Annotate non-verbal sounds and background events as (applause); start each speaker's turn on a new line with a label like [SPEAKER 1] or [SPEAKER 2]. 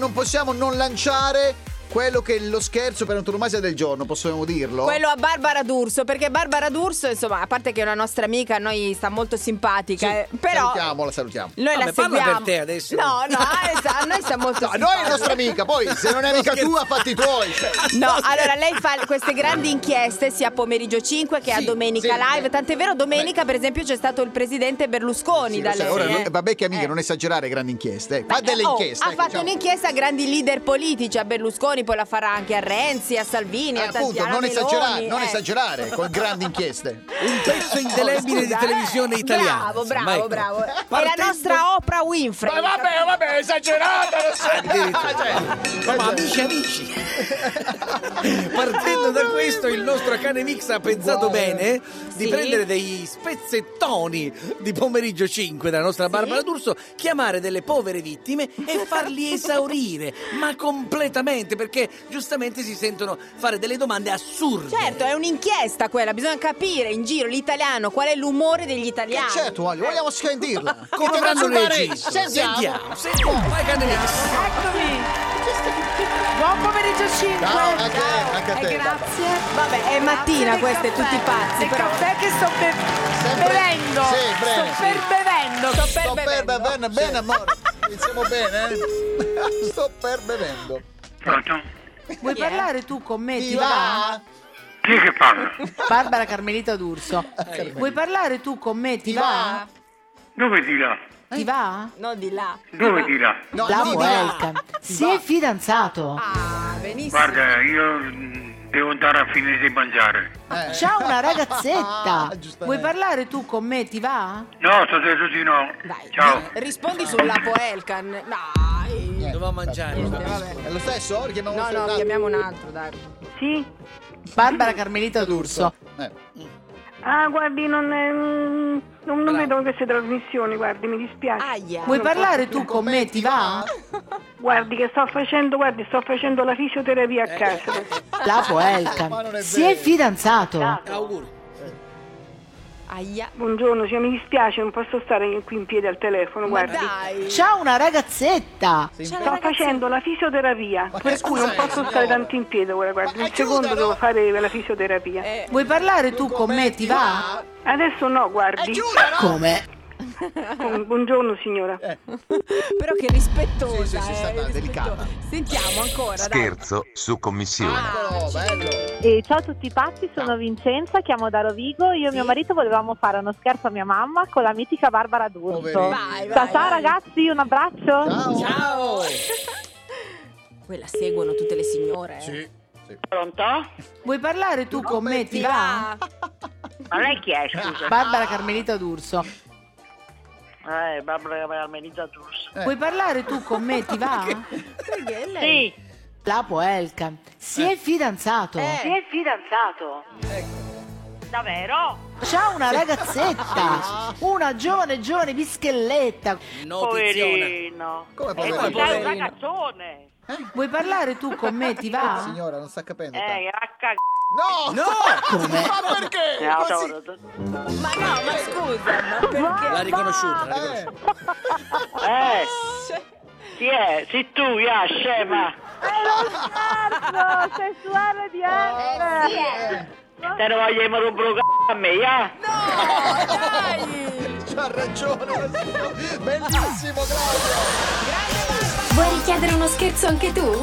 [SPEAKER 1] Non possiamo non lanciare quello che è lo scherzo per antonomasia del giorno, possiamo dirlo?
[SPEAKER 2] Quello a Barbara D'Urso, perché Barbara D'Urso, insomma, a parte che è una nostra amica, a noi sta molto
[SPEAKER 1] Sì,
[SPEAKER 2] simpatica, eh, però
[SPEAKER 1] Salutiamola, salutiamo.
[SPEAKER 2] noi la
[SPEAKER 3] Vabbè, parla
[SPEAKER 2] seguiamo.
[SPEAKER 3] per te adesso.
[SPEAKER 2] No, no, a a
[SPEAKER 1] (laughs)
[SPEAKER 2] noi sta molto
[SPEAKER 1] Ah, No, noi è
[SPEAKER 2] simpatica.
[SPEAKER 1] nostra amica, poi se non è amica tua, fatti tuoi. Cioè,
[SPEAKER 2] No, allora lei fa queste grandi inchieste sia a pomeriggio 5 che a
[SPEAKER 1] Sì,
[SPEAKER 2] domenica
[SPEAKER 1] sì,
[SPEAKER 2] live.
[SPEAKER 1] beh.
[SPEAKER 2] Tant'è vero, domenica, per esempio, c'è stato il presidente Berlusconi da
[SPEAKER 1] cioè,
[SPEAKER 2] lei.
[SPEAKER 1] ora,
[SPEAKER 2] eh.
[SPEAKER 1] vabbè che amica,
[SPEAKER 2] Eh.
[SPEAKER 1] non esagerare grandi inchieste. eh. Fa delle
[SPEAKER 2] Oh,
[SPEAKER 1] inchieste.
[SPEAKER 2] ha
[SPEAKER 1] ecco,
[SPEAKER 2] fatto
[SPEAKER 1] diciamo.
[SPEAKER 2] un'inchiesta a grandi leader politici, a Berlusconi, poi la farà anche a Renzi, a Salvini,
[SPEAKER 1] Eh,
[SPEAKER 2] a
[SPEAKER 1] appunto,
[SPEAKER 2] Tatiana
[SPEAKER 1] non
[SPEAKER 2] Meloni,
[SPEAKER 1] esagerare, non
[SPEAKER 2] eh.
[SPEAKER 1] esagerare con grandi inchieste.
[SPEAKER 3] Un pezzo indelebile di
[SPEAKER 2] Scusa,
[SPEAKER 3] televisione
[SPEAKER 2] eh,
[SPEAKER 3] italiana.
[SPEAKER 2] Bravo,
[SPEAKER 3] insomma,
[SPEAKER 2] bravo,
[SPEAKER 3] ecco.
[SPEAKER 2] bravo. È
[SPEAKER 3] Partendo-
[SPEAKER 2] la nostra Oprah Winfrey.
[SPEAKER 1] Ma vabbè, vabbè, esagerata, lo
[SPEAKER 3] Eh,
[SPEAKER 1] so.
[SPEAKER 3] Addirittura.
[SPEAKER 1] Cioè,
[SPEAKER 3] No, ma
[SPEAKER 1] cioè,
[SPEAKER 2] (laughs)
[SPEAKER 3] amici, amici. Partendo
[SPEAKER 2] Oh,
[SPEAKER 3] da questo, il nostro cane Mix ha pensato bene di
[SPEAKER 2] Sì.
[SPEAKER 3] prendere dei spezzettoni di pomeriggio 5 dalla nostra Barbara D'Urso, chiamare delle povere vittime e
[SPEAKER 2] (laughs)
[SPEAKER 3] farli esaurire, ma completamente, perché giustamente si sentono fare delle domande assurde.
[SPEAKER 2] Certo, è un'inchiesta quella, bisogna capire in giro l'italiano qual è l'umore degli
[SPEAKER 1] eh,
[SPEAKER 2] italiani.
[SPEAKER 1] certo, Wally, vogliamo scendirla.
[SPEAKER 3] Come
[SPEAKER 1] Che
[SPEAKER 3] avranno
[SPEAKER 1] ti faccio fare?
[SPEAKER 3] reagito?
[SPEAKER 1] Sentiamo.
[SPEAKER 3] Sentiamo, sentiamo. Vai cane Mix.
[SPEAKER 4] Eccomi! Buon pomeriggio 5!
[SPEAKER 1] Ciao, anche, anche a
[SPEAKER 2] Eh,
[SPEAKER 1] te.
[SPEAKER 2] grazie. Vabbè, è mattina
[SPEAKER 4] Grazie del
[SPEAKER 2] questa, è tutti
[SPEAKER 4] caffè,
[SPEAKER 2] pazzi
[SPEAKER 4] Del
[SPEAKER 2] però.
[SPEAKER 4] caffè che sto be-
[SPEAKER 1] Sempre-
[SPEAKER 4] bevendo!
[SPEAKER 1] Sì,
[SPEAKER 4] sto
[SPEAKER 1] bene, sì.
[SPEAKER 4] per bevendo!
[SPEAKER 2] Sto
[SPEAKER 1] Sto
[SPEAKER 2] per
[SPEAKER 1] per
[SPEAKER 2] bevendo.
[SPEAKER 1] bevendo, bene amore. Iniziamo bene. eh? (laughs) Sto per bevendo.
[SPEAKER 5] Pronto?
[SPEAKER 4] Vuoi
[SPEAKER 2] Chi è?
[SPEAKER 4] parlare tu con me?
[SPEAKER 1] Ti
[SPEAKER 4] Eh, Ti
[SPEAKER 1] va?
[SPEAKER 5] Chi è che parla?
[SPEAKER 4] va? Barbara Carmelita D'Urso. Vuoi parlare tu con me? Ti,
[SPEAKER 1] Ti
[SPEAKER 4] va?
[SPEAKER 5] Dove di là?
[SPEAKER 4] Ti va?
[SPEAKER 2] No, di là.
[SPEAKER 5] Dove di là?
[SPEAKER 1] No,
[SPEAKER 4] La
[SPEAKER 1] ti va?
[SPEAKER 4] vuelta.
[SPEAKER 1] Ti
[SPEAKER 4] Si
[SPEAKER 1] va?
[SPEAKER 4] è fidanzato.
[SPEAKER 2] Ah, benissimo.
[SPEAKER 5] Guarda, io mm, devo andare a finire di mangiare.
[SPEAKER 1] Eh.
[SPEAKER 4] C'ha una (laughs) ragazzetta.
[SPEAKER 1] Ah, Giustamente.
[SPEAKER 4] Ah, Vuoi parlare tu con me? Ti va?
[SPEAKER 5] No, sto detto di no.
[SPEAKER 2] Dai,
[SPEAKER 5] Ciao.
[SPEAKER 2] rispondi sull'Apo Elkan. Dai.
[SPEAKER 3] Doveva mangiare.
[SPEAKER 2] Niente, vabbè.
[SPEAKER 1] È lo stesso? Richiamiamo
[SPEAKER 2] No,
[SPEAKER 1] lo
[SPEAKER 2] no,
[SPEAKER 1] stesso?
[SPEAKER 2] chiamiamo un altro, dai.
[SPEAKER 6] Sì?
[SPEAKER 4] Barbara Carmelita D'Urso.
[SPEAKER 1] Eh.
[SPEAKER 6] Ah, guardi, non, è- non, non vedo queste trasmissioni, guardi, mi dispiace.
[SPEAKER 2] Aia.
[SPEAKER 4] Vuoi parlare tu con me? Ti va?
[SPEAKER 6] Guardi che sto facendo, guardi, sto facendo la fisioterapia
[SPEAKER 1] Eh.
[SPEAKER 6] a casa.
[SPEAKER 1] (laughs) Ma
[SPEAKER 4] La
[SPEAKER 1] non è
[SPEAKER 4] Poelcan. Si è
[SPEAKER 1] vero.
[SPEAKER 4] fidanzato.
[SPEAKER 1] Esatto.
[SPEAKER 3] Auguri.
[SPEAKER 2] Aia.
[SPEAKER 6] Buongiorno, cioè, mi dispiace, non posso stare qui in piedi al telefono,
[SPEAKER 2] Ma
[SPEAKER 6] guardi.
[SPEAKER 2] dai.
[SPEAKER 4] C'ha una ragazzetta.
[SPEAKER 1] Sì.
[SPEAKER 2] C'è
[SPEAKER 6] Sto
[SPEAKER 2] la ragazza-
[SPEAKER 6] facendo la fisioterapia,
[SPEAKER 1] Ma che
[SPEAKER 6] per cui non
[SPEAKER 1] scusa è,
[SPEAKER 6] posso
[SPEAKER 1] signora?
[SPEAKER 6] stare tanto in piedi ora, guardi.
[SPEAKER 1] Ma-
[SPEAKER 6] Il
[SPEAKER 1] eh,
[SPEAKER 6] secondo
[SPEAKER 1] chiuda,
[SPEAKER 6] devo
[SPEAKER 1] no?
[SPEAKER 6] fare la fisioterapia.
[SPEAKER 2] Eh,
[SPEAKER 4] Vuoi parlare tu con me? Ti va?
[SPEAKER 6] Adesso no,
[SPEAKER 1] È
[SPEAKER 6] guardi.
[SPEAKER 1] chiusa, no?
[SPEAKER 4] Come?
[SPEAKER 6] Com- Buongiorno signora.
[SPEAKER 1] Eh,
[SPEAKER 2] però che rispettosa.
[SPEAKER 1] Sì, sì, sì, è stata
[SPEAKER 2] eh,
[SPEAKER 1] delicata.
[SPEAKER 2] rispettosa. Sentiamo ancora,
[SPEAKER 7] Scherzo su commissione.
[SPEAKER 1] Eccolo, Ah, bello.
[SPEAKER 8] E ciao a tutti pazzi, sono Vincenza, chiamo da Rovigo. Io e mio marito volevamo fare uno scherzo a mia mamma con la mitica Barbara D'Urso.
[SPEAKER 1] Poverina.
[SPEAKER 2] dai. Vai,
[SPEAKER 8] Ciao,
[SPEAKER 2] vai.
[SPEAKER 8] ciao
[SPEAKER 2] vai.
[SPEAKER 8] ragazzi, un abbraccio.
[SPEAKER 1] Ciao.
[SPEAKER 3] Ciao.
[SPEAKER 2] (laughs) Quella seguono tutte le signore. eh.
[SPEAKER 1] Sì. sì.
[SPEAKER 9] Pronto?
[SPEAKER 4] Vuoi parlare tu con me? Ti
[SPEAKER 2] Ti
[SPEAKER 4] va?
[SPEAKER 2] va?
[SPEAKER 9] Ma lei chi è, scusa?
[SPEAKER 4] Barbara Carmelita D'Urso.
[SPEAKER 9] Eh, Barbara Carmelita D'Urso.
[SPEAKER 1] Eh.
[SPEAKER 4] Vuoi parlare tu con me? Ti va?
[SPEAKER 2] Perché lei?
[SPEAKER 9] Sì,
[SPEAKER 4] La Poelcan. Si è fidanzato.
[SPEAKER 2] Eh. Si
[SPEAKER 4] è fidanzato.
[SPEAKER 9] davvero?
[SPEAKER 4] C'ha una ragazzetta. Una giovane, giovane bischelletta.
[SPEAKER 3] Notiziona.
[SPEAKER 9] Poverino.
[SPEAKER 1] Come
[SPEAKER 9] E
[SPEAKER 2] Eh,
[SPEAKER 1] poverino?
[SPEAKER 9] tu sei un
[SPEAKER 2] Poverino.
[SPEAKER 9] ragazzone.
[SPEAKER 4] Vuoi parlare tu con me? Ti va?
[SPEAKER 1] Signora, non sta capendo. tanto.
[SPEAKER 9] Eh, a cag...
[SPEAKER 1] No!
[SPEAKER 3] No!
[SPEAKER 1] Ma perché?
[SPEAKER 9] No,
[SPEAKER 1] Ma sì.
[SPEAKER 9] no, no, no.
[SPEAKER 2] Ma no, ma scusa, ma
[SPEAKER 3] L'ha
[SPEAKER 2] perché?
[SPEAKER 3] riconosciuta, l'ha riconosciuta.
[SPEAKER 1] Eh,
[SPEAKER 9] Eh,
[SPEAKER 2] Cioè,
[SPEAKER 9] chi è? Sei tu, ya, scema.
[SPEAKER 8] Scherzo, sei su RDS.
[SPEAKER 1] eh,
[SPEAKER 9] Oh, Te ne vogliamo rubare un c***o a me, ya?
[SPEAKER 2] No, dai!
[SPEAKER 1] (laughs) c'ha ragione la signora. Bellissimo, Claudio.
[SPEAKER 10] Vuoi richiedere uno scherzo anche tu?